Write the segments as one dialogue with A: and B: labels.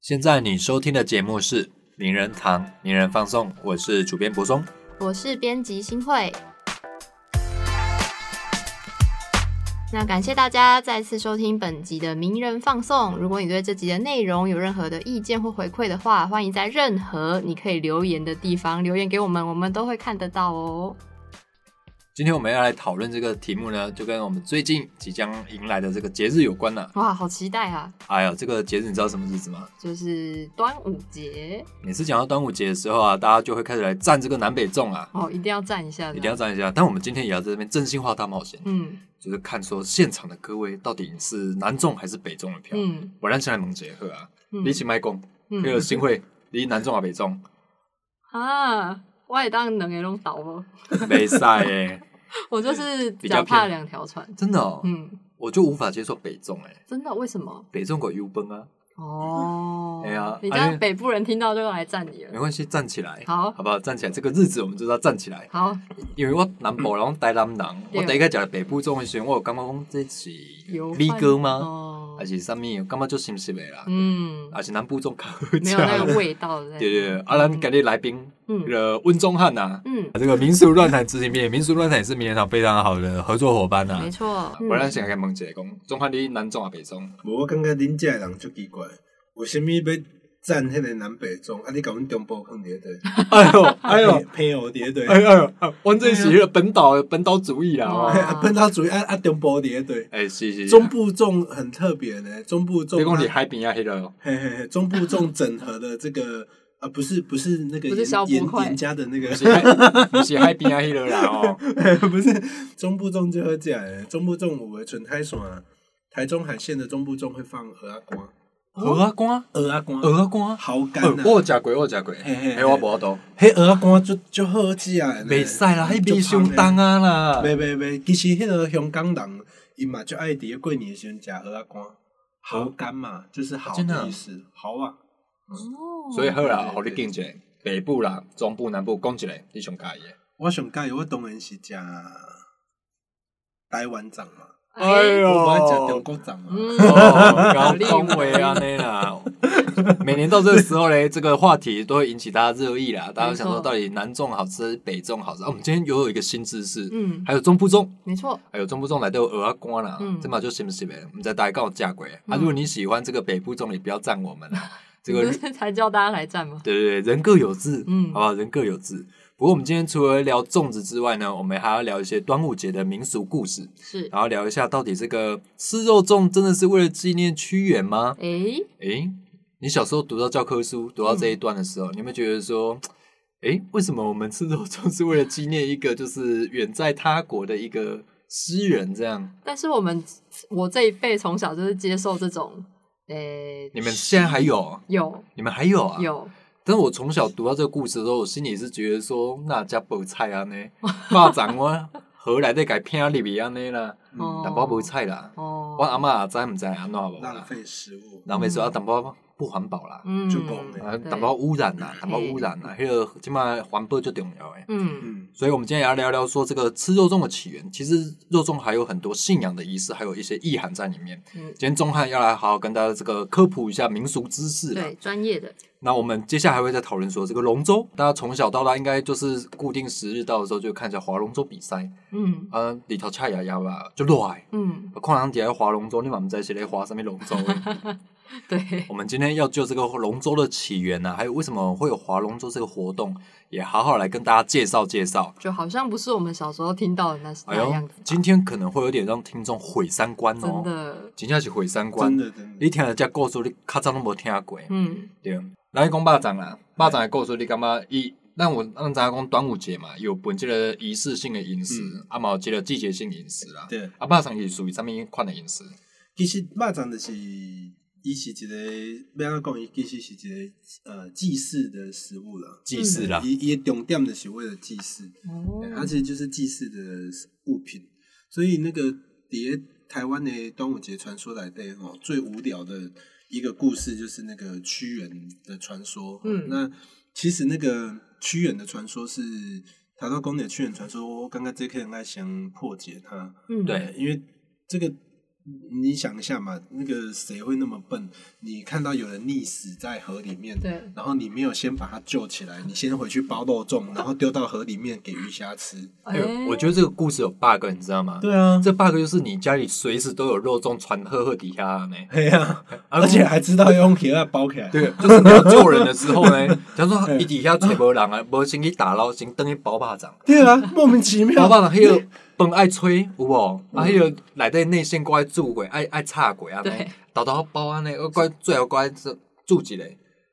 A: 现在你收听的节目是《名人堂名人放送》，我是主编柏松。
B: 我是编辑新会。那感谢大家再次收听本集的名人放送。如果你对这集的内容有任何的意见或回馈的话，欢迎在任何你可以留言的地方留言给我们，我们都会看得到哦。
A: 今天我们要来讨论这个题目呢，就跟我们最近即将迎来的这个节日有关了。
B: 哇，好期待啊！
A: 哎呦，这个节日你知道什么日子吗？
B: 就是端午节
A: 每次讲到端午节的时候啊，大家就会开始来站这个南北粽啊，
B: 哦，一定要赞一下的，
A: 一定要站一下。但我们今天也要在这边真心话大冒险，
B: 嗯
A: 就是看说现场的各位到底是南粽还是北粽的票。
B: 嗯
A: 我让先来蒙结合啊，
B: 嗯
A: 你一起卖公，还有
B: 嗯
A: 新会，你南粽啊北 粽，
B: 啊，我也当能给弄倒了，
A: 没赛耶，
B: 我就是
A: 比较
B: 脚踏
A: 偏
B: 两条船。
A: 真的哦，
B: 嗯，
A: 我就无法接受北粽哎，
B: 真的？为什么？
A: 北粽有 U 崩啊，
B: 哦，
A: 哎呀
B: 你这
A: 哎呀
B: 样北部人听到就来赞你
A: 没
B: 了。
A: 关系，站起来，
B: 好
A: 好不好？站起来，这个日子我们就是要站起来，
B: 好，
A: 因为我南部人，我台南人，
B: 对
A: 我第一开始北部粽的时候，我有感觉讲这是
B: 油
A: 米
B: 饭
A: 糕吗？
B: 哦
A: 还，是啥物？我感觉就心实的啦，
B: 嗯，
A: 还是南部粽较好吃
B: 没有 那个味道嗯在。
A: 对对对，啊，咱今日来宾，
B: 嗯
A: 呃，温中汉呐。
B: 嗯，
A: 啊这个民俗乱谈执行面，民俗乱谈也是名人堂非常好的合作伙伴啊呐、
B: 没错。
A: 我咱
B: 嗯
A: 想来问一下，讲中汉你南中啊北中？
C: 无，我感觉恁遮的人足奇怪，为虾米要赞迄个南北中？啊，你甲阮中部放伫对，
A: 哎呦哎呦
C: 朋友伫 对，
A: 哎呦，完全是那个本岛本岛主义啦！
B: 哦
A: 哦
C: 啊，本岛主义啊啊，中部伫对，
A: 哎是是，
C: 中部中很特别呢，中部中
A: 别讲你
C: 啊，
A: 海边啊迄个，
C: 嘿嘿嘿，中部中整合的这个啊，不是不是那个
B: 不
C: 严
B: 是消波
C: 严
B: 块
C: 严家的那个
A: 不，是海不是海边啊迄个啦哦，
C: 不是中部中就喝假的，中部中有的纯太爽啊，台中海线的中部中会放鹅啊瓜，
A: 鹅啊干，
C: 鹅啊瓜，
A: 鹅啊干。
C: 好干
A: 呃
C: 啊，
A: 我有食过，我有食过，
C: 嘿嘿
A: 哎，我无多，
C: 迄鹅啊瓜就就好食的呢，
A: 袂使啦，迄味
C: 足香
A: 相
C: 的
A: 当啊啦，
C: 袂袂袂，其实迄个香港人，伊嘛就爱伫咧过年的时阵食蚵仔干，蚝干嘛，就是好
A: 真的啊
C: 的意思，蚝啊。
B: 哦
A: 所以好啦，互
C: 对
A: 你
C: 对
A: 拣一个，北部啦、中部、南部，讲一个你上介意的。
C: 我上介意我当然是食台湾粽嘛，
A: 哎呦
C: 我不爱食中国粽嘛。
B: 嗯，
A: 哦， 高恭维啊，那啦。每年到这个时候嘞，这个话题都会引起大家热议啦。大家想说，到底南粽好吃，北粽好吃？啊，我们今天又有一个新知识，
B: 嗯，
A: 还有中部粽，
B: 没错。
A: 还有中部粽来都有鹅啊瓜啦
B: 嗯，
A: 这嘛就行不行呗？我们在大家告我架鬼啊！
B: 嗯
A: 如果你喜欢这个北部粽，你不要赞我们 啊。这
B: 你
A: 个
B: 不是才叫大家来站吗？
A: 对对对，人各有志，
B: 嗯
A: 好不好？人各有志。不过我们今天除了聊粽子之外呢，我们还要聊一些端午节的民俗故事，
B: 是。
A: 然后聊一下到底这个吃肉粽真的是为了纪念屈原吗？
B: 诶，
A: 诶，你小时候读到教科书读到这一段的
B: 嗯
A: 时候，你有没有觉得说，诶，为什么我们吃肉粽是为了纪念一个就是远在他国的一个诗人？这样，
B: 但是我们我这一辈从小就是接受这种，诶，
A: 你们现在还有，
B: 有
A: 你们还有啊？。
B: 有
A: 但是我从小读到这个故事的时候，我心里是觉得说，那家不菜啊 呢，霸掌啊我何来的改偏里边啊呢啦，
C: 嗯
B: 哦
A: 淡薄不菜啦，
B: 哦，
A: 我阿妈知唔知啊？那无
C: 浪
A: 啦，
C: 费食物，
A: 浪费说啊，淡薄不环保啦。
B: 嗯，
C: 就讲的
A: 啊，
B: 对
A: 淡薄污染啦，淡薄污染啦，迄个即摆环保最重要诶。
B: 嗯
C: 嗯，
A: 所以，我们今天也要聊聊说这个吃肉粽的起源。其实，肉粽还有很多信仰的仪式，还有一些意涵在里面。
B: 嗯，
A: 今天钟汉要来好好跟大家这个科普一下民俗知识啦。
B: 对，专业的，
A: 那我们接下来还会再讨论说这个龙舟，大家从小到大应该就是固定时日到的时候就看一下划龙舟比赛。
B: 嗯
A: 啊，里头恰牙牙吧，就落来。
B: 嗯，
A: 看人底下划龙舟，你嘛不知是咧划什么龙舟 的。
B: 对，
A: 我们今天要就这个龙舟的起源啊呢、还有为什么会有划龙舟这个活动，也好好来跟大家介绍介绍。
B: 就好像不是我们小时候听到的那
A: 哎
B: 那
A: 呦
B: 样子，吧，
A: 今天可能会有点让听众毁三观
B: 真
A: 哦，
B: 的，
A: 真正是毁三
C: 真
A: 观。
C: 的真的
A: 你。听了这故事，你较早都无听过，
B: 嗯
A: 对。咱去讲肉粽啦，肉粽的故事你感觉伊，咱有咱知影讲端午节嘛，有本即个仪式性的饮食
C: 嗯，
A: 啊嘛有即个季节性饮食啦。
C: 对，
A: 啊，肉粽是属于啥物款的饮食？
C: 其实肉粽就是，伊是一个，要安怎讲，伊其实是一个呃祭祀的食物啦。
A: 祭祀啦，
C: 伊伊的重点就是为了祭祀。
B: 哦
C: 它其实就是祭祀的物品，所以那个底下台湾的端午节传说来的哦，最无聊的一个故事就是那个屈原的传说。
B: 嗯
C: 那其实那个屈原的传说是谈到公的屈原传说，我刚刚这客人在想破解它，
B: 嗯
A: 对
C: 因为这个你想一下嘛，那个谁会那么笨？你看到有人溺死在河里面，
B: 对
C: 然后你没有先把他救起来，你先回去包肉粽，然后丢到河里面给鱼虾吃。
A: 哎呦，我觉得这个故事有 bug，你知道吗？
C: 对啊，
A: 这 bug 就是你家里随时都有肉粽传呵呵底下呢，
C: 对呀、
A: 啊
C: 而且还知道用铁蛋包起来。
A: 对，就是你要救人的时候 呢，假如
C: 哎
A: 说一底下吹波人啊，无先去打捞，先等去包巴掌，
C: 对啊，莫名其妙
A: 包。巴掌迄个本爱 吹有无？啊，迄个内底内线怪煮过，爱爱插过啊，
B: 对
A: 豆豆包啊安尼，怪最后怪煮一个，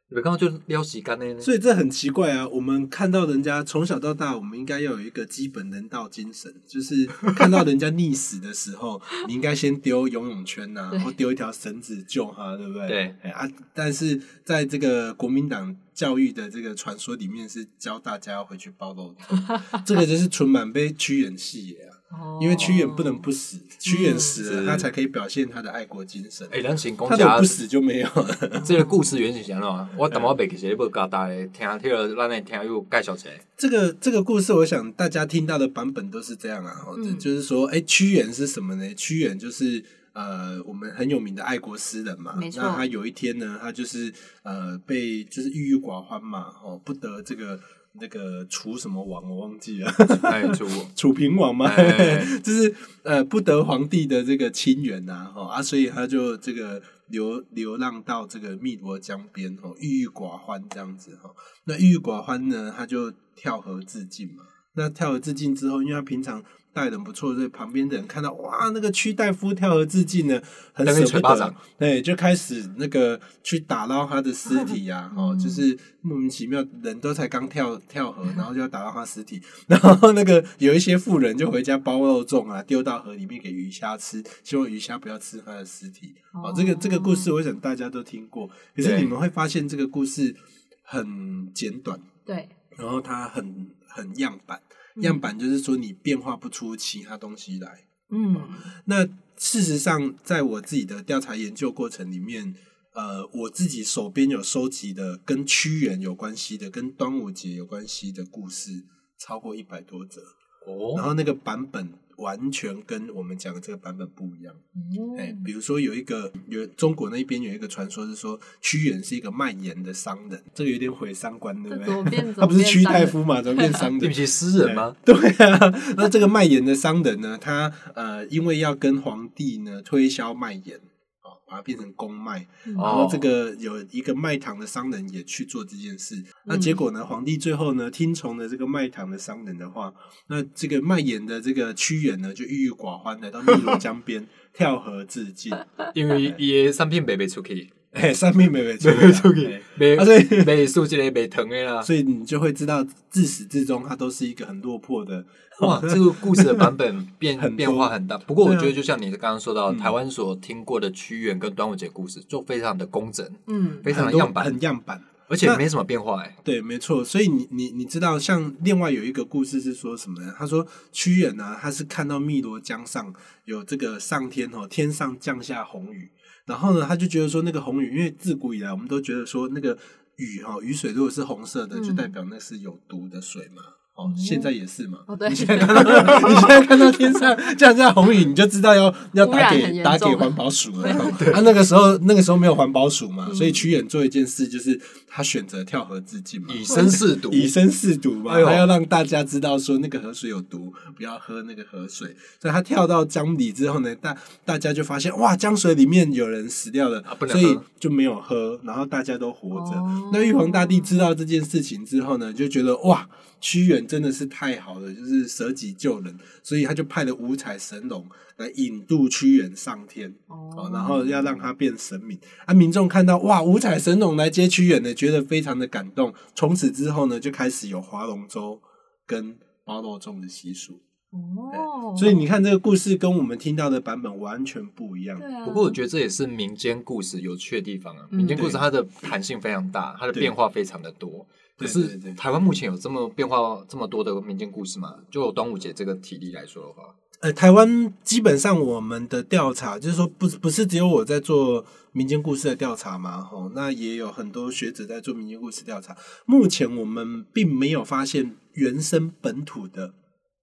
A: 你刚刚就撩时间呢。
C: 所以这很奇怪啊！我们看到人家从小到大，我们应该要有一个基本人道精神，就是看到人家溺死的时候，你应该先丢游泳圈呐、
B: 对
C: 或丢一条绳子救他，对不对？
A: 对
C: 哎啊！但是在这个国民党教育的这个传说里面，是教大家要回去包肉粽，这个就是纯满被屈原戏言啊！
B: 哦
C: 因为屈原不能不死，屈原死
A: 嗯
C: 了，
A: 是
C: 他才可以表现他的爱国精神。
A: 哎，咱先讲
C: 他
A: 一
C: 如果
A: 下
C: 不死就没有了。
A: 这个故事原型是安怎？我淡薄袂记是要教大家听，迄个咱来听友介绍一下。
C: 这个这个故事，我想大家听到的版本都是这样啊，哦
B: 嗯
C: 就是说，哎，屈原是什么呢？屈原就是呃，我们很有名的爱国诗人嘛。
B: 没错
C: 那他有一天呢，他就是呃被就是郁郁寡欢嘛，哦，不得这个那个楚什么王我忘记了，
A: 哎，出我
C: 楚平王嘛，
A: 哎
C: 就是呃不得皇帝的这个亲缘呐、哦啊，所以他就这个流流浪到这个汨罗江边哦，郁郁寡欢这样子哦。那郁郁寡欢呢，他就跳河自尽嘛。那跳河自尽之后，因为他平常待人不错，所以旁边的人看到哇，那个屈大夫跳河自尽呢，很
A: 在那
C: 舍
A: 边
C: 不
A: 捶巴
C: 得
A: 掌，
C: 对，就开始那个去打捞他的尸体呀、哦，
B: 嗯
C: 就是莫名其妙，人都才刚跳跳河，然后就要打捞他尸体， 然后那个有一些富人就回家包肉粽啊，丢到河里面给鱼虾吃，希望鱼虾不要吃他的尸体。哦，这个这个故事，我想大家都听过，可是
A: 对
C: 你们会发现这个故事很简短，
B: 对，
C: 然后它很很样板，
B: 嗯
C: 样板就是说你变化不出其他东西来。
B: 嗯，
C: 那事实上，在我自己的调查研究过程里面，呃，我自己手边有收集的跟屈原有关系的、跟端午节有关系的故事，超过一百多则。然
A: 哦，
C: 后那个版本完全跟我们讲的这个版本不一样。
B: 嗯
C: 哎、比如说有一个有中国那边有一个传说是说屈原是一个卖盐的商人，这个有点毁三观，对
B: 哦这
C: 不
B: 怎么
C: 对？
B: 变？
C: 他不是屈大
B: 太
C: 夫嘛，怎么变商人？
A: 对不起，诗人吗？
C: 对啊，那这个卖盐的商人呢，他呃，因为要跟皇帝呢推销卖盐，哦，把它变成公卖，然后
A: 哦
C: 这个有一个卖糖的商人也去做这件事，那
B: 嗯
C: 结果呢，皇帝最后呢听从了这个卖糖的商人的话，那这个卖盐的这个屈原呢就郁郁寡欢，来到汨罗江边 跳河自尽，
A: 因为伊的产品卖袂出去，
C: 哎，上面没没
A: 卖袂出 去，
C: 啊所以
A: 卖卖素质个卖糖的啦。
C: 所以你就会知道，自始至终他都是一个很落魄的，
A: 哇，这个故事的版本变
C: 很多
A: 变化很大。不过我
C: 对啊
A: 觉得，就像你刚刚说到，
C: 嗯
A: 台湾所听过的屈原跟端午节故事，就非常的工整，
B: 嗯，
A: 非常
C: 很
A: 的
C: 多
A: 样板，
C: 很样板。
A: 而且
C: 那
A: 没什么变 化哎。
C: 对，没错。所以你你你知道，像另外有一个故事是说什么呢？他说屈原啊，他是看到汨罗江上有这个上天哦，天上降下红雨，然后呢，他就觉得说那个红雨，因为自古以来我们都觉得说那个雨哈、哦，雨水如果是红色的，
B: 嗯
C: 就代表那是有毒的水嘛。哦
B: 哦，
C: 现在也是嘛。
B: 哦对
C: 你现在看到 你现在看到天上降下红雨，你就知道要要
B: 污
C: 打
B: 染很
C: 给
B: 严
C: 打给
B: 重
C: 环保署 了。啊，那个时候那个时候没有环保署
B: 嗯
C: 嘛，所以屈原做一件事就是他选择跳河自尽嘛，
A: 以身试毒，
C: 以身试毒嘛，
A: 哎呦
C: 他要让大家知道说那个河水有毒，不要喝那个河水。所以他跳到江里之后呢，大大家就发现哇，江水里面有人死掉了，
A: 啊不能
C: 所
A: 喝
C: 以就没有喝，然后大家都活着。
B: 哦
C: 那玉皇大帝知道这件事情之后呢，就觉得哇，屈原真的是太好了，就是舍己救人，所以他就派了五彩神龙来引渡屈原上天。哦
B: 哦，
C: 然后要让他变神明啊！民众看到哇，五彩神龙来接屈原呢，觉得非常的感动。从此之后呢，就开始有划龙舟跟包肉粽的习俗。
B: 哦，
C: 所以你看，这个故事跟我们听到的版本完全不一样。
B: 对啊，
A: 不过我觉得这也是民间故事有趣的地方啊。
B: 嗯
A: 民间故事它的弹性非常大，它的变化非常的多。可
C: 对
A: 是
C: 对对
A: 台湾目前有这么变化这么多的民间故事嘛？就有端午节这个体例来说的 话，
C: 呃，台湾基本上我们的调查，就是说不不是只有我在做民间故事的调查嘛，吼，那也有很多学者在做民间故事调查。目前我们并没有发现原生本土的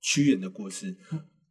C: 屈原的故事，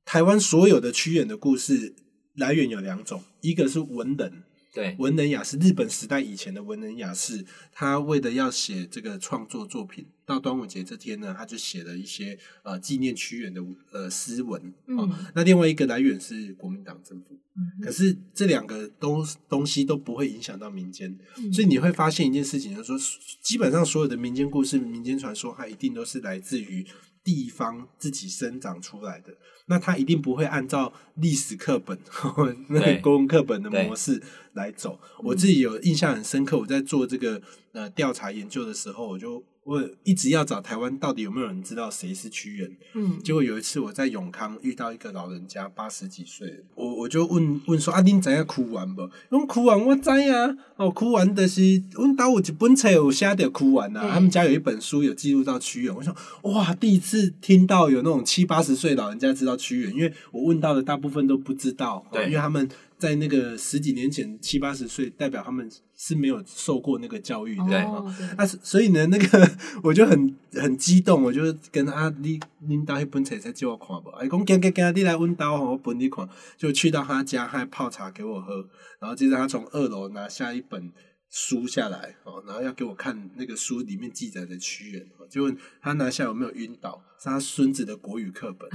C: 台湾所有的屈原的故事来源有两种，一个是文人，
A: 对，
C: 文人雅士，日本时代以前的文人雅士，他为了要写这个创作作品，到端午节这天呢，他就写了一些呃纪念屈原的呃诗文。哦
B: 嗯，
C: 那另外一个来源是国民党政府，
B: 嗯
C: 可是这两个东东西都不会影响到民间，
B: 嗯
C: 所以你会发现一件事情，就是说，基本上所有的民间故事、民间传说，它一定都是来自于地方自己生长出来的。那它一定不会按照历史课本、 那个
A: 对
C: 公文课本的模式来走。我自己有印象很深刻，我在做这个呃调查研究的时候，我就我一直要找台湾到底有没有人知道谁是屈原。
B: 嗯
C: 结果有一次我在永康遇到一个老人家，八十几岁，我我就问问说啊，恁知影哭完无？用哭完我知啊，哦，哭完就是阮兜有一本册有写着哭完啊
B: 嗯，
C: 他们家有一本书有记录到屈原。我想哇，第一次听到有那种七八十岁老人家知道屈原，因为我问到的大部分都不知道，哦
A: 对
C: 因为他们在那个十几年前七八十岁，代表他们是没有受过那个教育的。
A: 对
B: 哦对
C: 啊，所所以呢，那个我就很很激动，我就跟他啊你恁兜迄本册才借我看无？哎，讲今今今你来阮兜吼，我本你看，就去到他家，他还泡茶给我喝，然后接着他从二楼拿下一本书下来哦，然后要给我看那个书里面记载的屈原哦，就问他拿下有没有晕倒，是他孙子的国语课本，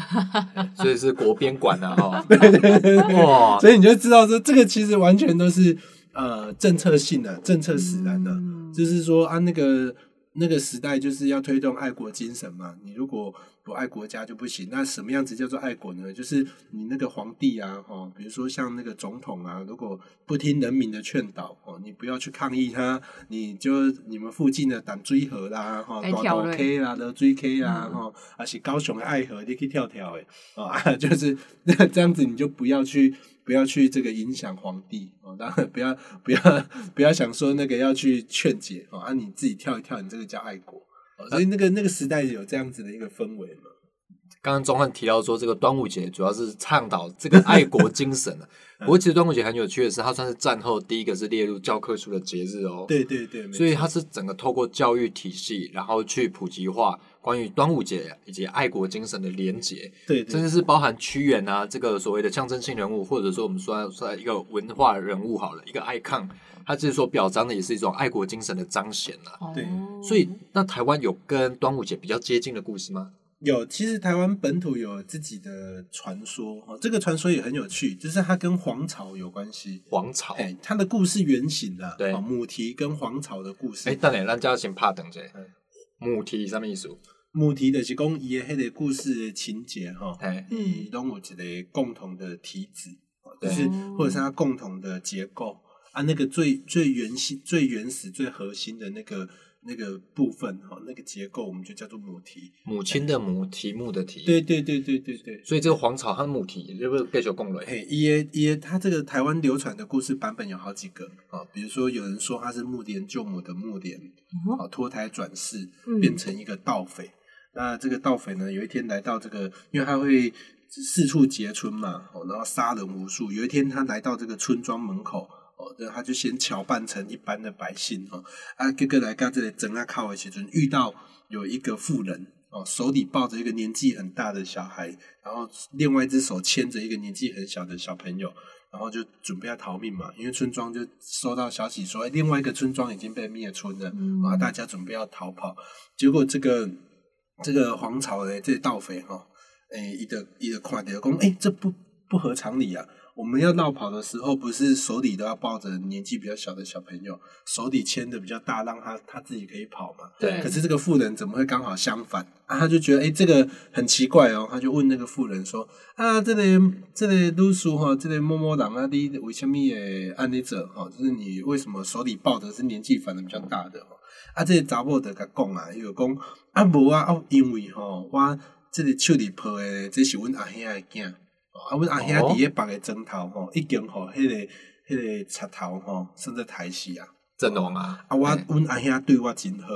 A: 所以是国边管的 哈。哇，
C: 所以你就知道说这个其实完全都是呃政策性的、政策使然的、
B: 嗯
C: 就是说啊，那个那个时代就是要推动爱国精神嘛。你如果不爱国家就不行。那什么样子叫做爱国呢？就是你那个皇帝啊，哦，比如说像那个总统啊，如果不听人民的劝导，哦，你不要去抗议他，你就你们附近的党追河啦，哈、
B: 该
C: 哦，
B: 跳嘞
C: K 啦，的追 K
A: 嗯
C: 啦，哈、哦，啊是高雄的爱河，你可以跳跳诶，哦啊， 就是那这样子，你就不要去。不要去这个影响皇帝哦，当然不要不要不要想说那个要去劝解哦，啊你自己跳一跳，你这个叫爱国哦，所以那个那个时代有这样子的一个氛围嘛，
A: 刚刚钟汉提到说，这个端午节主要是倡导这个爱国精神啊。不过，其实端午节很有趣的是，它算是战后第一个是列入教科书的节日哦。，
C: 对对对，没错
A: 所以它是整个透过教育体系，然后去普及化关于端午节以及爱国精神的连结，
C: 对
A: 甚
C: 对
A: 至是包含屈原啊这个所谓的象征性人物，或者说我们说说一个文化人物好了，一个 icon，它其实所表彰的也是一种爱国精神的彰显啊。
C: 对
B: 哦
A: 所以，那台湾有跟端午节比较接近的故事吗？
C: 有，其实台湾本土有自己的传说哦，这个传说也很有趣，就是它跟皇朝有关系。
A: 皇朝，
C: 哎、它的故事原型啊，
A: 对
C: 哦母题跟皇朝的故事。
A: 哎，等下咱家先拍等者
C: 嗯。
A: 母题什么意思？
C: 母题就是讲伊的迄个故事的情节哈，
A: 哎，
C: 伊拢有一个共同的体旨，哦就是
B: 对
C: 或者是它共同的结构啊，那个最最原型、最原始、最核心的那个那个部分哈，哦那个结构我们就叫做母题。
A: 母亲的母，题目的题。
C: 对，对对对对对。
A: 所以这个皇朝和母题是不是继续共类？
C: 嘿，，E 伊耶伊耶，他这个台湾流传的故事版本有好几个啊、哦，比如说有人说他是木莲救母的木莲，
B: 哦
C: 啊、脱胎转世
B: 嗯
C: 变成一个盗匪。那这个盗匪呢，有一天来到这个，因为他会四处劫村嘛，哦，然后杀人无数。有一天他来到这个村庄门口，哦，那他就先乔扮成一般的百姓哦，啊，哥哥来到这里整啊靠的时阵，遇到有一个妇人。哦，手里抱着一个年纪很大的小孩，然后另外一只手牵着一个年纪很小的小朋友，然后就准备要逃命嘛，因为村庄就收到消息说，哎，另外一个村庄已经被灭村了，
B: 嗯
C: 啊，大家准备要逃跑，结果这个这个皇朝的这个盗匪哈、哎，诶，一个一个快点讲，哎，这不不合常理啊！我们要绕跑的时候，不是手里都要抱着年纪比较小的小朋友，手里牵的比较大，让他他自己可以跑嘛？
A: 对
C: 可是这个妇人怎么会刚好相反啊？他就觉得哎、诶这个很奇怪哦，他就问那个妇人说啊，这类这类都叔哈，这类摸摸狼啊，你为什么也按你者哈？就是你为什么手里抱的是年纪反而比较大的？哦啊，这个查某就甲讲啊，伊就讲啊无啊，哦，因为吼、我即个手里抱诶，这是阮阿兄诶囝，哦啊，阮阿兄伫咧别个枕头吼，已经吼迄、个迄、个贼头吼，甚至刣死啊！
A: 阵容啊，
C: 啊，我
A: 哎
C: 阮阿兄对我真好，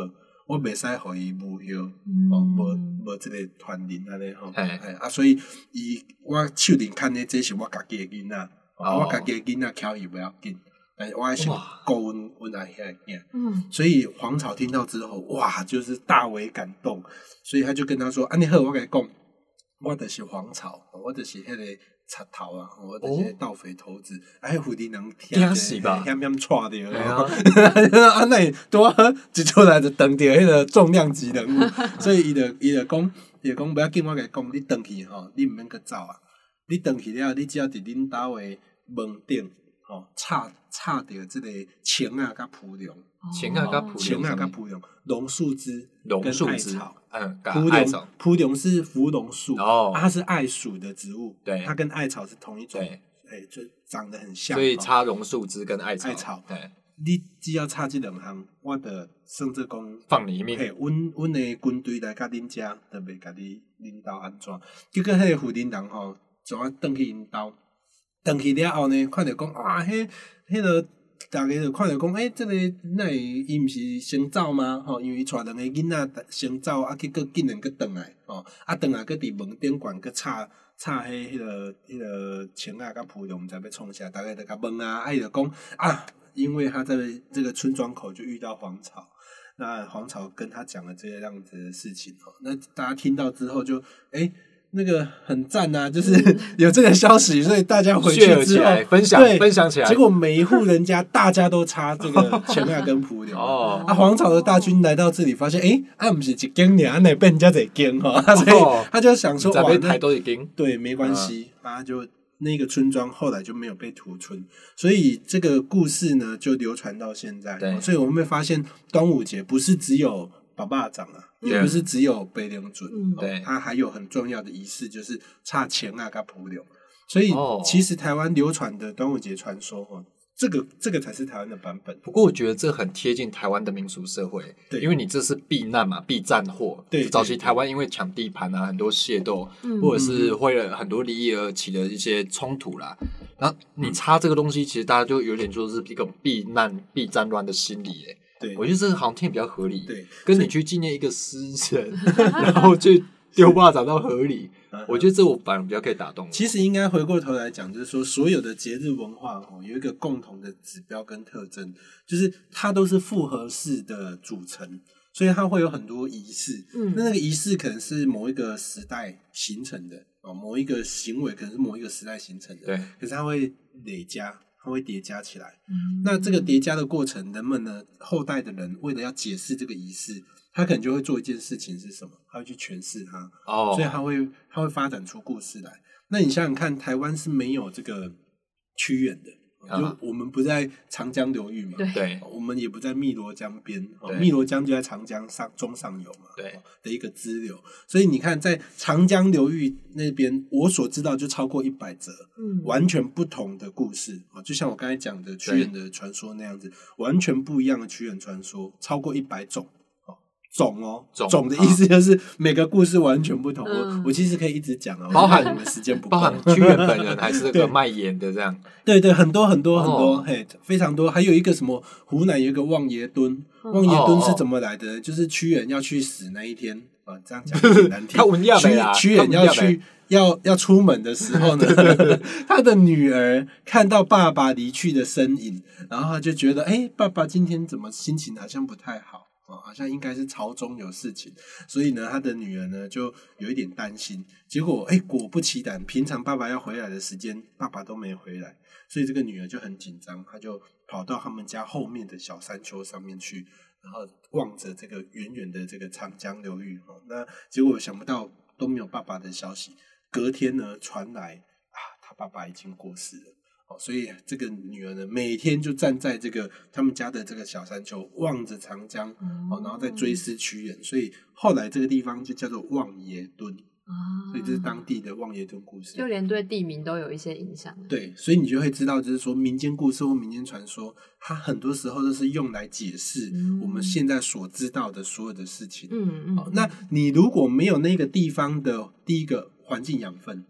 C: 我袂使互伊无休。哦，无
B: 嗯
C: 无即个传人安尼吼，
A: 嘿
C: 哎啊，所以伊我手里看的这是我家己的囡仔，哦
A: 哦
C: 我家己的囡仔翘伊袂要紧，但是我还想
A: 哇
C: 顾阮阮阿兄的囝。
B: 嗯
C: 所以黄草听到之后，哇，就是大为感动，所以他就跟他说：“啊，你好，我跟你讲，我的是黄草，我的是那个插头啊，或者些盗匪头子，哎，虎地能
A: 惊死吧
C: 偏偏踹的，
A: 哎呀，
C: 啊，那你多喝一出来就当着迄个重量级人物，所以伊就伊就讲，伊就讲不要紧，我甲伊讲，你回去吼，你毋免去走啊，你回去了，你只要伫恁兜诶门顶吼插插着即个青啊甲蒲蓉，
B: 哦
A: 情感跟普
C: 青
A: 什
C: 啊甲
A: 么
C: 蒲蓉，榕树枝
A: 榕
C: 跟
A: 哦树
C: 艾
A: 枝
C: 草，
A: 嗯，
C: 蒲
A: 跟艾
C: 蓉
A: 草，
C: 蒲蓉是芙蓉树，
A: 哦
C: 啊它是艾属的植物，
A: 对
C: 它跟艾草是同一种，
A: 对，
C: 哎，就长得很像，
A: 所以
C: 哦
A: 插榕树枝跟艾草，
C: 艾草
A: 对，
C: 你只要差这两项，我的甚至讲，
A: 放你一命，
C: 嘿，阮阮的军队来甲恁遮，就袂甲你恁兜安怎？结果迄个胡林人吼，怎啊转去因兜？转去了后呢，看着讲啊，迄迄个逐个就看着讲，诶、即、个那伊毋是先走吗？吼、因为伊带两个囡仔先走，啊，结果竟然佫转来，吼、啊，转来佫伫门顶悬佫插。插迄迄个迄个青啊，甲蒲蓉毋知要创啥，逐个就甲问啊，啊伊就讲啊，因为他在这个村庄口就遇到黄巢，那黄巢跟他讲了这些样子的事情哦，那大家听到之后就哎、诶那个很赞啊，就是 有这个消息，所以大家回去
A: share
C: 之
A: 起
C: 后
A: 来分享
C: 对
A: 分享起来
C: 结果每一户人家大家都插这个钱啊跟 蒲柳。
A: 哦
C: 啊，黄巢的大军来到这里，发现哎，啊，不是一间尔，啊，那被人家一间哈， 所以他就想说，
A: 咱
C: 哇，
A: 哦被
C: 那
A: 抬都已经
C: 对，没
A: 嗯
C: 关系，啊，就那个村庄后来就没有被屠村，所以这个故事呢就流传到现在。哦
A: 对
C: 所以我们会发现端午节不是只有爸爸掌啊，也不是只有北凉准，
B: 嗯
C: 哦
A: 嗯对
C: 它还有很重要的仪式就是插钱啊，跟蒲柳。所以
A: 哦
C: 其实台湾流传的端午节传说哦，这个这个才是台湾的版本。
A: 不过我觉得这很贴近台湾的民俗社会，
C: 对
A: 因为你这是避难嘛，避战祸。
C: 对对
A: 早期台湾因为抢地盘啊，很多械斗，
B: 嗯
A: 或者是为了很多利益而起的一些冲突啦。然后
C: 嗯
A: 你插这个东西，其实大家就有点说是一种避难、避战乱的心理、耶。
C: 对
A: 我觉得这好像听起来比较合理。，
C: 对，
A: 跟你去纪念一个诗 人，然后去丢巴掌到河里，
C: 嗯
A: 我觉得这我反而比较可以打动我。
C: 其实应该回过头来讲，就是说所有的节日文化哦，有一个共同的指标跟特征，就是它都是复合式的组成，所以它会有很多仪式。
B: 嗯
C: 那那个仪式可能是某一个时代形成的哦，某一个行为可能是某一个时代形成的，
A: 对，
C: 可是它会累加，它会叠加起来。
B: 嗯
C: 那这个叠加的过程，人们呢，后代的人为了要解释这个仪式，他可能就会做一件事情是什么？他会去诠释它。
A: 哦
C: 所以，它会它会发展出故事来。那你想想看，台湾是没有这个屈原的，
A: 啊
C: 就我们不在长江流域嘛，
B: 对
A: 对
C: 我们也不在汨罗江边，哦
A: 对
C: 汨罗江就在长江上中上游嘛，
A: 对
C: 哦的一个支流。所以你看，在长江流域那边，我所知道就超过一百则，
B: 嗯
C: 完全不同的故事啊，就像我刚才讲的屈原的传说那样子，完全不一样的屈原传说，超过一百种。哦种哦，
A: 种
C: 的意思就是每个故事完全不同。
B: 嗯
C: 我我其实可以一直讲啊，
A: 包含
C: 我怕你们时 间不够
A: 包，含屈原本人还是那
C: 对
A: 个卖盐的这样。
C: 对对，很多很多很多，
A: 哦
C: 嘿，非常多。还有一个什么，湖南有一个望爷墩，
B: 嗯
C: 望爷墩
A: 哦
C: 是
A: 哦
C: 怎么来的呢？就是屈原要去死那一天啊，这样讲有点难听
A: 看。文亚
C: 屈
A: 美啦，
C: 屈
A: 看
C: 原
A: 文
C: 要
A: 亚美
C: 去要要出门的时候呢， 他的女儿看到爸爸离去的身影，然后他就觉得，哎、爸爸今天怎么心情好像不太好。哦，好像应该是朝中有事情，所以呢，他的女儿呢就有一点担心。结果，哎、果不其然，平常爸爸要回来的时间，爸爸都没回来，所以这个女儿就很紧张，她就跑到他们家后面的小山丘上面去，然后望着这个远远的这个长江流域哦，那结果想不到都没有爸爸的消息。隔天呢，传来啊，他爸爸已经过世了哦，所以这个女儿呢，每天就站在这个他们家的这个小山丘，望着长江
B: 嗯
C: 哦，然后再追思屈原，所以后来这个地方就叫做望爷墩，
B: 啊
C: 所以这是当地的望爷墩故事。
B: 就连对地名都有一些影响。
C: 对，所以你就会知道，就是说民间故事或民间传说，它很多时候都是用来解释
B: 嗯
C: 我们现在所知道的所有的事情。
B: 嗯
C: 好
B: 嗯，
C: 哦那你如果没有那个地方的第一个环境养分、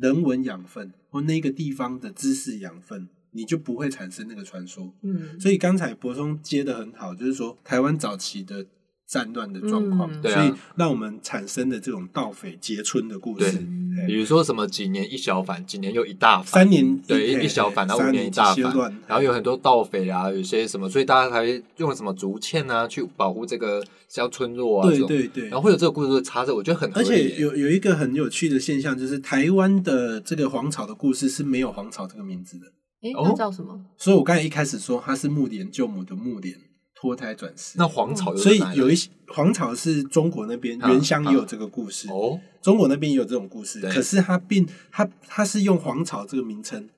C: 人文养分或那个地方的知识养分，你就不会产生那个传说。
B: 嗯，
C: 所以刚才博松接的很好，就是说台湾早期的战乱的状况，
B: 嗯
C: 所
A: 对啊
C: 以让我们产生的这种盗匪劫村的故事
A: 对。
C: 哎
A: 比如说什么几年一小反，几年又一大反，
C: 三年
A: 对
C: 哎
A: 一一小反，然后
C: 三
A: 五年一大
C: 阶
A: 反
C: 段，
A: 然后有很多盗匪啊，有些什么，所以大家还用什么竹签啊去保护这个小村落啊这
C: 对
A: 种，
C: 对对
A: 然后，会有这个故事的插着，我觉得很合
C: 而
A: 理耶，
C: 且有有一个很有趣的现象，就是台湾的这个黄草的故事是没有黄草这个名字的，
B: 哎，
A: 哦
B: 那叫什么？
C: 所以我刚才一开始说它是木莲救母的木莲脱胎转世，
A: 那黄草又
C: 嗯所
A: 是
C: 以
A: 哪里来的，
C: 有一些黄草是中国那边
A: 啊
C: 原乡也有这个故事，
A: 哦，
C: 中国那边也有这种故事，
A: 对
C: 可是它并它它是用黄草这个名称，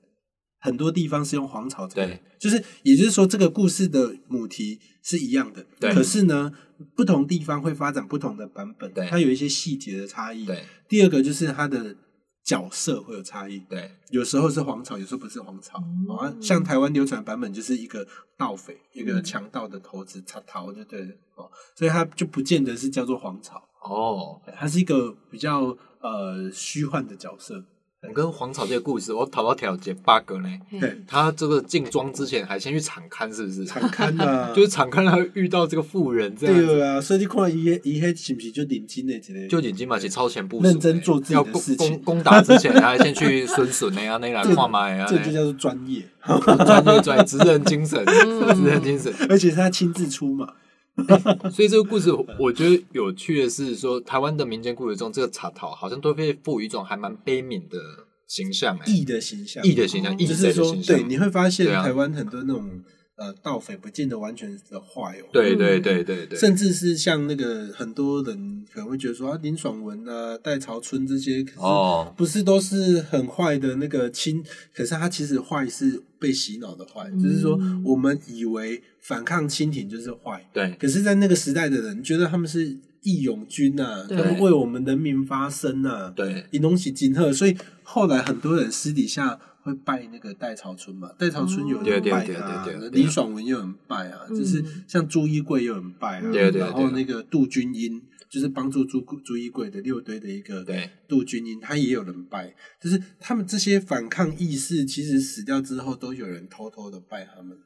C: 很多地方是用黄草这个
A: 对，
C: 就是也就是说这个故事的母题是一样的，
A: 对
C: 可是呢，不同地方会发展不同的版本
A: 对，
C: 它有一些细节的差异。
A: 对
C: 第二个就是它的角色会有差异，
A: 对
C: 有时候是黄草，有时候不是黄草。
B: 嗯
C: 啊，像台湾流传版本就是一个盗匪，一个
B: 嗯
C: 强盗的头子他逃，对对了哦，所以它就不见得是叫做黄草。
A: 哦，
C: 他是一个比较呃虚幻的角色，
A: 我跟黄草这个故事，我讨到调解 bug 呢，
B: 嘿
C: 对，
A: 他这个进庄之前还先去场刊，是不是？
C: 惨看 呐，
A: 就是场刊，他遇到这个妇人这样子，
C: 啊对啊，所以你看伊迄伊迄是不是就领金的一个，
A: 就眼睛嘛，是超前部署的，
C: 认真做自己的
A: 要攻
C: 事情
A: 攻攻打之前，还先去损损那样那样
C: 这
A: 看麦啊，
C: 这就叫做专业，
A: 专业专业职人精神，职人精神。
C: 而且是他亲自出马，
A: 所以这个故事，我觉得有趣的是说，台湾的民间故事中，这个茶桃好像都被赋予一种还蛮悲悯的形象、欸，
C: 义的形象，
A: 义的形象，义
C: 就
A: 贼
C: 是
A: 的
C: 说
A: 形，象
C: 对，，你会发现
A: 对啊
C: 台湾很多那种呃盗匪不见得完全的坏哦，
A: 对对对对对，
C: 甚至是像那个很多人可能会觉得说啊，林爽文啊、戴潮春这些，可是
A: 哦
C: 不是都是很坏的那个亲，可是他其实坏是被洗脑的坏，
B: 嗯
C: 就是说我们以为反抗清廷就是坏，
A: 对
C: 可是，在那个时代的人觉得他们是义勇军啊，
B: 对
C: 他们为我们人民发声啊，
A: 对
C: 以东西金赫，所以后来很多人私底下会拜那个戴潮春嘛，戴潮春有人拜
A: 对对
C: 他啊
A: 对对对，对
C: 李爽文也有人拜啊，
B: 嗯
C: 就是像朱一贵也有人拜啊，
B: 对对对
C: 然后那个杜君英就是帮助朱朱一贵的六堆的一个
A: 对
C: 杜君英，他也有人拜，就是他们这些反抗意识，其实死掉之后都有人偷偷的拜他们。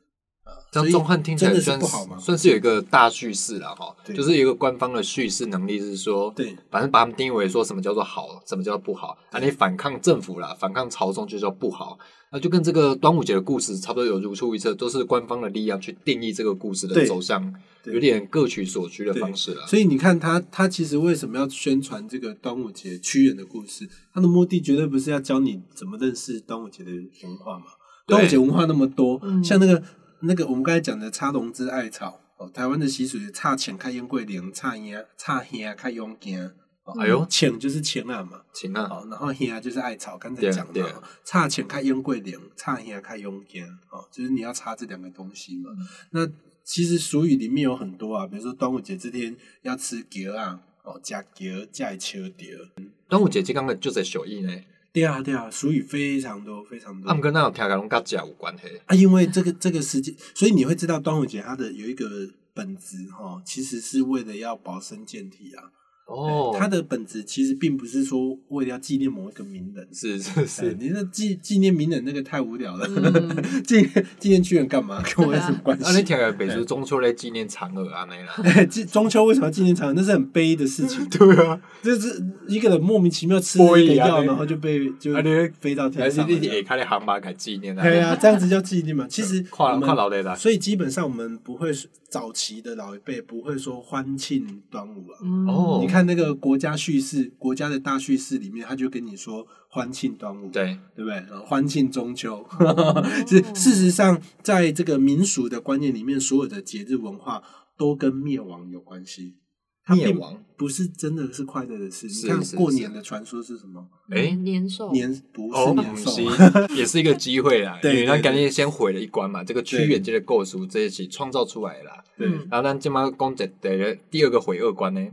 A: 这样钟汉听起
C: 真
A: 来
C: 的是
A: 算
C: 不好吗
A: 算是有一个大叙事了哈，
C: 对
A: 就是一个官方的叙事能力是说，
C: 对
A: 反正把他们定义为说什么叫做好，什么叫做不好啊，
C: 对
A: 你反抗政府啦，反抗朝中就叫不好，那就跟这个端午节的故事差不多有如出一辙，都是官方的力量去定义这个故事的
C: 对
A: 走向，
C: 对
A: 有点各取所需的方式啦。
C: 所以你看他，他其实为什么要宣传这个端午节屈原的故事？他的目的绝对不是要教你怎么认识端午节的文化嘛。
A: 对
C: 端午节文化那么多，
B: 嗯
C: 像那个那个我们刚才讲的插龙之艾草，哦，台湾的习俗是插钱看烟桂林，插烟插烟看勇敢。哦
A: 哎呦，
C: 钱就是钱啊嘛，
A: 请啊，
C: 哦，然后烟就是艾草，刚才
A: 对啊
C: 讲
A: 对
C: 的
A: 啊
C: 哦，插钱看烟桂林，插烟看勇敢，哦，就是你要插这两个东西嘛。那其实俗语里面有很多啊，比如说端午节这天要吃粿啊，哦，加粿加秋碟。
A: 端午节这刚刚就在小意呢，
C: 对啊，对啊，俗语非常多，非常多。
A: 他们跟那种调侃龙跟假有关系，
C: 啊，因为这个这个时间，所以你会知道端午节它的有一个本质哈、哦，其实是为了要保身健体啊。
A: 哦，
C: 它的本质其实并不是说为了要纪念某一个名人。
A: 是是
C: 哎
A: 是，
C: 你那纪纪念名人那个太无聊了，
B: 嗯
C: 纪念纪念屈原 干嘛？跟我有什么关系？
A: 啊，你调侃北叔中秋来纪念嫦娥啊那啦，
C: 哎，纪中秋为什么要纪念嫦娥？那是很悲的事 情。
A: 对啊。
C: 就是一个人莫名其妙吃了一个
A: 播一
C: 药，
A: 样
C: 然后就被就
A: 啊你
C: 飞到
A: 还
C: 天
A: 是
C: 上
A: 你
C: 了。
A: 也开的航班给纪念啊？
C: 对啊，这样子叫纪 念嘛。其实
A: 跨
C: 我们
A: 跨老的啦，
C: 所以基本上我们不会早期的老一辈不会说欢庆端午啊。
B: 嗯
A: 哦
C: 你看那个国家叙事，国家的大叙事里面，他就跟你说欢庆端午，
A: 对
C: 对不对？然后欢庆中秋，
B: 嗯
C: 是
B: 哦
C: 事实上，在这个民俗的观念里面，所有的节日文化都跟灭亡有关系。它并
A: 灭亡，
C: 不是真的是快乐的事。
A: 是
C: 你看
A: 是
C: 过
A: 是
C: 年的传说是什么？
A: 哎
B: 嗯年兽，
C: 年 不
A: 哦
C: 是，
A: 不
C: 年兽，
A: 是也是一个机会啦。
C: 哦对对
A: 那
C: 对
A: 赶紧先毁了一关嘛，这个屈原这个构图这一起创造出来的啦。
C: 对
B: 嗯
A: 然后咱今嘛讲一个第二个毁恶关呢，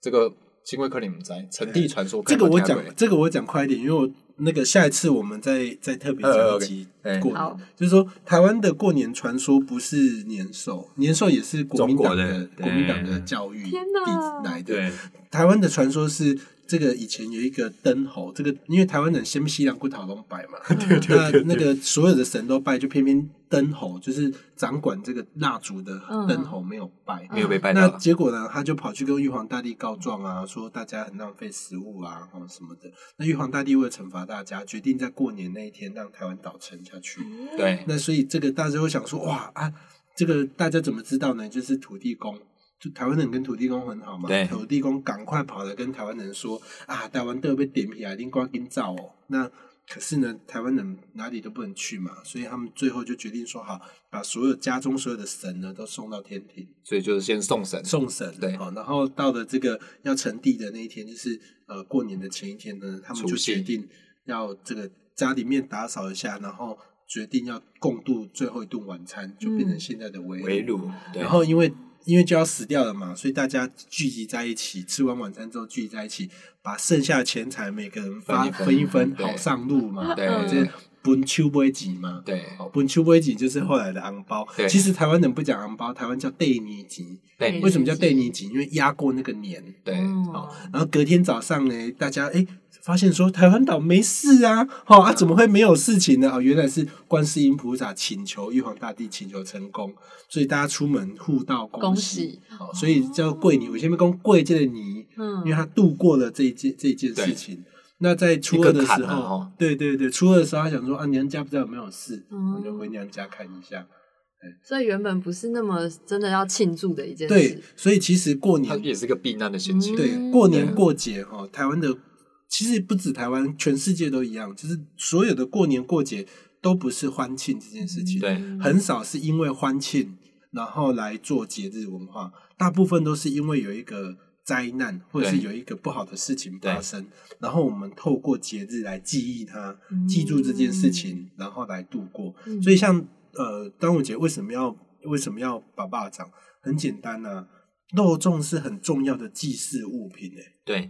A: 这个新贵克你们在成帝传说，
C: 哎这个我
A: 看有没有
C: 讲，这个我讲快一点，因为我那个下一次我们再再特别
A: 呃
C: 讲一
A: ，OK，
C: 集
A: 哎
C: 过
B: 好
C: 年，就是说台湾的过年传说不是年兽，年兽也是国民
A: 中国
C: 党
A: 的
C: 国民党的
A: 对
C: 教育
B: 天哪
C: 底来的。
A: 对
C: 台湾的传说是这个以前有一个灯侯，这个因为台湾人先西凉不讨龙拜嘛，
B: 嗯
A: 对对对，
C: 那那个所有的神都拜，就偏偏灯侯就是掌管这个蜡烛的灯侯没有拜。
A: 没有被拜
C: 啊那
A: 到啦，
C: 结果呢，他就跑去跟玉皇大帝告状啊，说大家很浪费食物啊，哦什么的。那玉皇大帝为了惩罚大家，决定在过年那一天让台湾岛沉下去。
A: 对，
C: 那所以这个大家会想说，哇啊，这个大家怎么知道呢？就是土地公，就台湾人跟土地公很好嘛。
A: 对
C: 土地公赶快跑来跟台湾人说啊，台湾都有被点皮啊，拎瓜跟造哦。那可是呢，台湾人哪里都不能去嘛，所以他们最后就决定说好，把所有家中所有的神呢都送到天庭。
A: 所以就是先送神，
C: 送神，哦
A: 对
C: 好，然后到了这个要成帝的那一天，就是呃过年的前一天呢，他们就
A: 除夕
C: 决定要这个家里面打扫一下，然后决定要共度最后一顿晚餐，就变成现在的围
A: 围炉，对
C: 然后因为因为就要死掉了嘛，所以大家聚集在一起，吃完晚餐之后聚集在一起，把剩下的钱财每个人发
A: 分一分
C: 分一分，
A: 对
C: 好上路嘛，
A: 对
C: 哦
A: 对
C: 这分秋不会急嘛，
A: 对
C: 好，本秋不会急就是后来的昂包
A: 对，
C: 其实台湾人不讲昂包，台湾叫对泥吉，
A: 对
C: 为什么叫对泥吉？因为压过那个年，
A: 对
B: 哦
C: 然后隔天早上呢，大家哎发现说台湾岛没事啊，哦啊怎么会没有事情呢？哦，原来是观世音菩萨请求玉皇大帝请求成功，所以大家出门互道恭
B: 恭
C: 喜
B: 喜，
C: 哦，所以叫跪泥。我前面讲跪这个泥，因
B: 嗯，
C: 为他度过了这一件这一件事情。那在初二的
A: 一个坎
C: 时
A: 啊
C: 候，
A: 哦
C: 对对对，初二的时候他想说啊，娘家不知道有没有事，
B: 嗯
C: 我就回娘家看一下。
B: 所以原本不是那么真的要庆祝的一件
C: 对
B: 事，，
C: 所以其实过
A: 它
C: 年
A: 也是个避难的陷阱，
B: 嗯
C: 对过年
A: 对
C: 过节哈、哦，台湾的其实不止台湾，全世界都一样，就是所有的过年过节都不是欢庆这件事情，
A: 嗯对
B: 嗯
C: 很少是因为欢庆然后来做节日文化，大部分都是因为有一个灾难或者是
A: 对
C: 有一个不好的事情
A: 对
C: 发生，然后我们透过节日来记忆它，记住这件事情，然后来度过。
B: 嗯
C: 所以像呃端午节为什么要为什么要把爸掌？很简单呐、肉粽是很重要的祭祀物品诶、
A: 对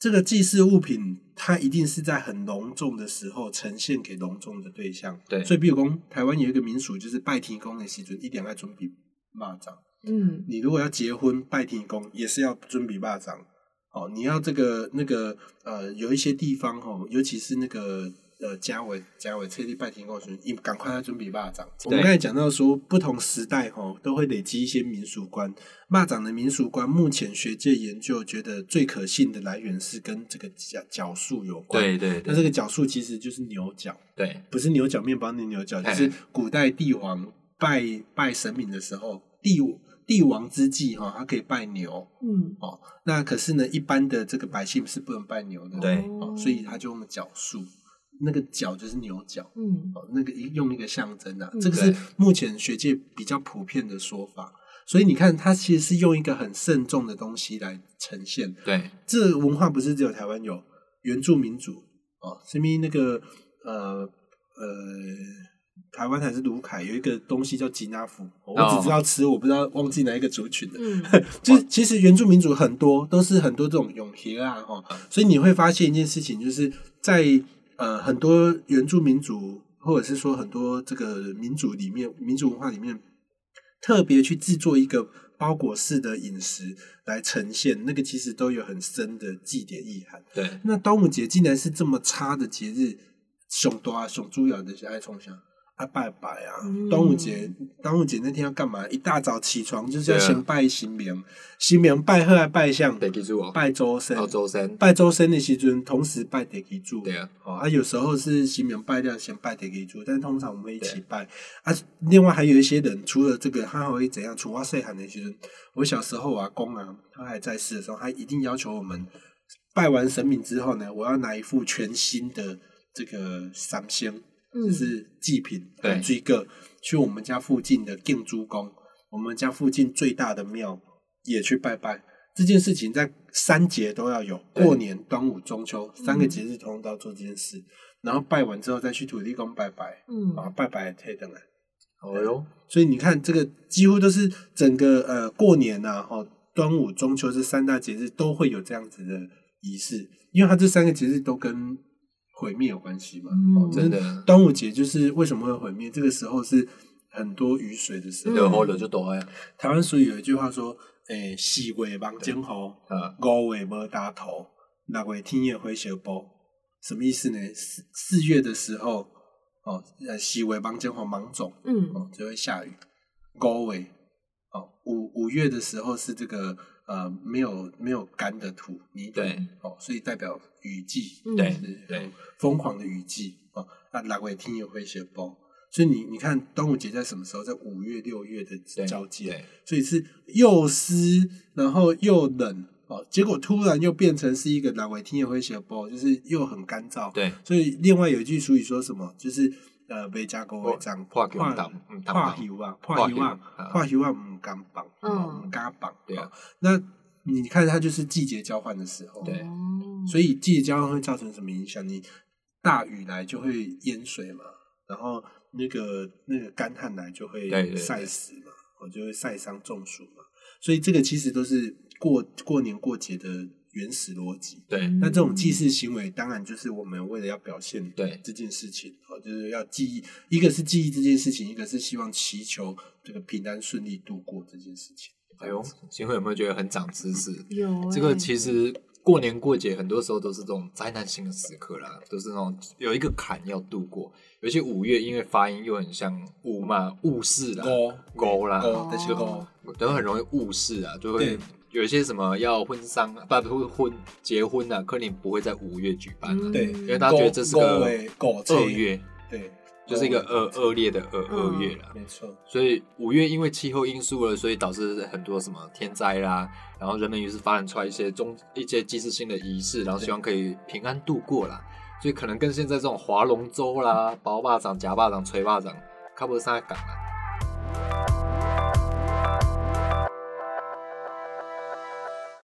C: 这个祭祀物品，它一定是在很隆重的时候呈现给隆重的对象。
A: 对
C: 所以比如讲，台湾有一个民俗，就是拜天公的时阵，一定要准备蚂蚱。
B: 嗯
C: 你如果要结婚拜天公，也是要准备蚂蚱。哦，你要这个那个呃，有一些地方哦，尤其是那个呃，嘉伟嘉伟特地拜天公的时候，你赶快要准备蚂蚱。我们刚才讲到说，不同时代哦，都会累积一些民俗观。蚂蚱的民俗观，目前学界研究觉得最可信的来源是跟这个角角数有关。，
A: 对对
C: 那
A: 对
C: 这个角数其实就是牛角。
A: 对
C: 不是牛角面包那牛角，就
A: 哎
C: 是古代帝王拜拜神明的时候，帝帝王之际哈、他可以拜牛
B: 嗯，
C: 哦。那可是呢，一般的这个百姓是不能拜牛的，
A: 对
C: 哦，所以他就用了角数，那个角就是牛角。
B: 嗯
C: 哦，那个一用一个象征啊，
B: 嗯
C: 这个
A: 对
C: 是目前学界比较普遍的说法。所以你看，它其实是用一个很慎重的东西来呈现，
A: 对
C: 这文化不是只有台湾有，原住民族哦，什么那个呃呃，台湾还是卢凯有一个东西叫吉纳福，我
A: 哦
C: 只知道吃，我不知道忘记哪一个族群了。
B: 嗯，
C: 就是其实原住民族很多都是很多这种永协啊哈，所以你会发现一件事情，就是在呃很多原住民族或者是说很多这个民族里面，民族文化里面，特别去制作一个包裹式的饮食来呈现，那个其实都有很深的祭典意涵。
A: 对，
C: 那端午节竟然是这么差的节日，熊多啊，熊猪咬的爱冲下。啊拜拜啊！
B: 嗯
C: 端午节，端午节那天要干嘛？一大早起床就是要
A: 对啊
C: 先拜神明，神明拜贺还拜相，
A: 得记住哦，
C: 拜周生，
A: 到周三，
C: 拜周生的时阵，同时拜地基主。
A: 对啊，
C: 哦，啊，有时候是新明拜掉先拜地基主，但通常我们会一起拜。啊，另外还有一些人，除了这个，他还会怎样？除了岁寒的时阵，我小时候我阿公啊，他还在世的时候，他一定要求我们拜完神明之后呢，我要拿一副全新的这个三星，
B: 嗯
C: 就是祭品，
A: 对
C: 追个去我们家附近的敬珠宫，我们家附近最大的庙也去拜拜。这件事情在三节都要有，
A: 对嗯
C: 过年、端午、中秋三个节日通通都要做这件事。然后拜完之后再去土地公拜拜，
B: 嗯
C: 啊，拜拜推等啊。
A: 哦哟，
C: 所以你看，这个几乎都是整个呃过年呐、啊，哦，端午、中秋这三大节日都会有这样子的仪式，因为它这三个节日都跟毁灭有关系嘛。
B: 嗯
C: 哦，
A: 真
C: 的。
A: 的，
C: 端午节就是为什么会毁灭？这个时候是很多雨水的时候。
A: 热火了就多呀，
C: 台湾俗语有一句话说：“诶、四月望江河，
A: 啊，
C: 五月无大头。”六月天也回小波，什么意思呢？四四月的时候，哦，呃，西尾帮间或芒种，
B: 嗯，
C: 哦，就会下雨。高尾，哦，五五月的时候是这个呃没有没有干的土泥土
A: 对，
C: 哦，所以代表雨季，
B: 嗯
A: 对
C: 是
A: 对
C: 疯狂的雨季哦。那六月天也会雪崩，所以你你看端午节在什么时候？在五月六月的
A: 对
C: 交界，
A: 对
C: 所以是又湿然后又冷哦，结果突然又变成是一个六月天也会雪崩，就是又很干燥。
A: 对，
C: 所以另外有一句俗语说什么？就是呃，没加工会长
A: 破球挡嗯挡
C: 破
A: 棒
C: 球啊，破球啊
A: 破球，
C: 破球啊，唔敢绑，
B: 嗯
C: 哦唔敢绑。
A: 对啊
C: 哦，那你看它就是季节交换的时候，
A: 对嗯
B: 哦
C: 所以季节交换会造成什么影响？你大雨来就会淹水嘛，然后那个那个干旱来就会
A: 对对对
C: 晒死嘛，我就会晒伤中暑嘛。所以这个其实都是过过年过节的原始逻辑。
A: 对
C: 那这种祭祀行为，当然就是我们为了要表现
A: 对
C: 这件事情，哦，就是要记忆，一个是记忆这件事情，一个是希望祈求这个平安顺利度过这件事情。
A: 哎呦，新会有没有觉得很长知识？
B: 有欸
A: 这个其实过年过节很多时候都是这种灾难性的时刻啦，都是那种有一个坎要度过。尤其五月，因为发音又很像雾嘛，雾市啦，
C: 哦
A: 勾啦，
C: 哦，但是哦，
A: 都很容易误事啊，就
C: 对
A: 会有一些什么要婚丧啊，不不婚结婚啊，可能不会在五月举办啊，
B: 嗯
C: 对，
A: 因为大家觉得这是
C: 狗
A: 个
C: 诶狗
A: 二
C: 车，
A: 月，
C: 对，
A: 就是一个
C: 狗
A: 恶恶劣的恶恶月啦。
C: 没错，
A: 所以五月因为气候因素了，所以导致很多什么天灾啦，然后人们于是发展出来一些中一些祭祀性的仪式，然后希望可以平安度过啦。所以可能跟现在这种划龙舟啦、包霸掌、夹霸掌、锤霸掌、卡布沙港啦，啊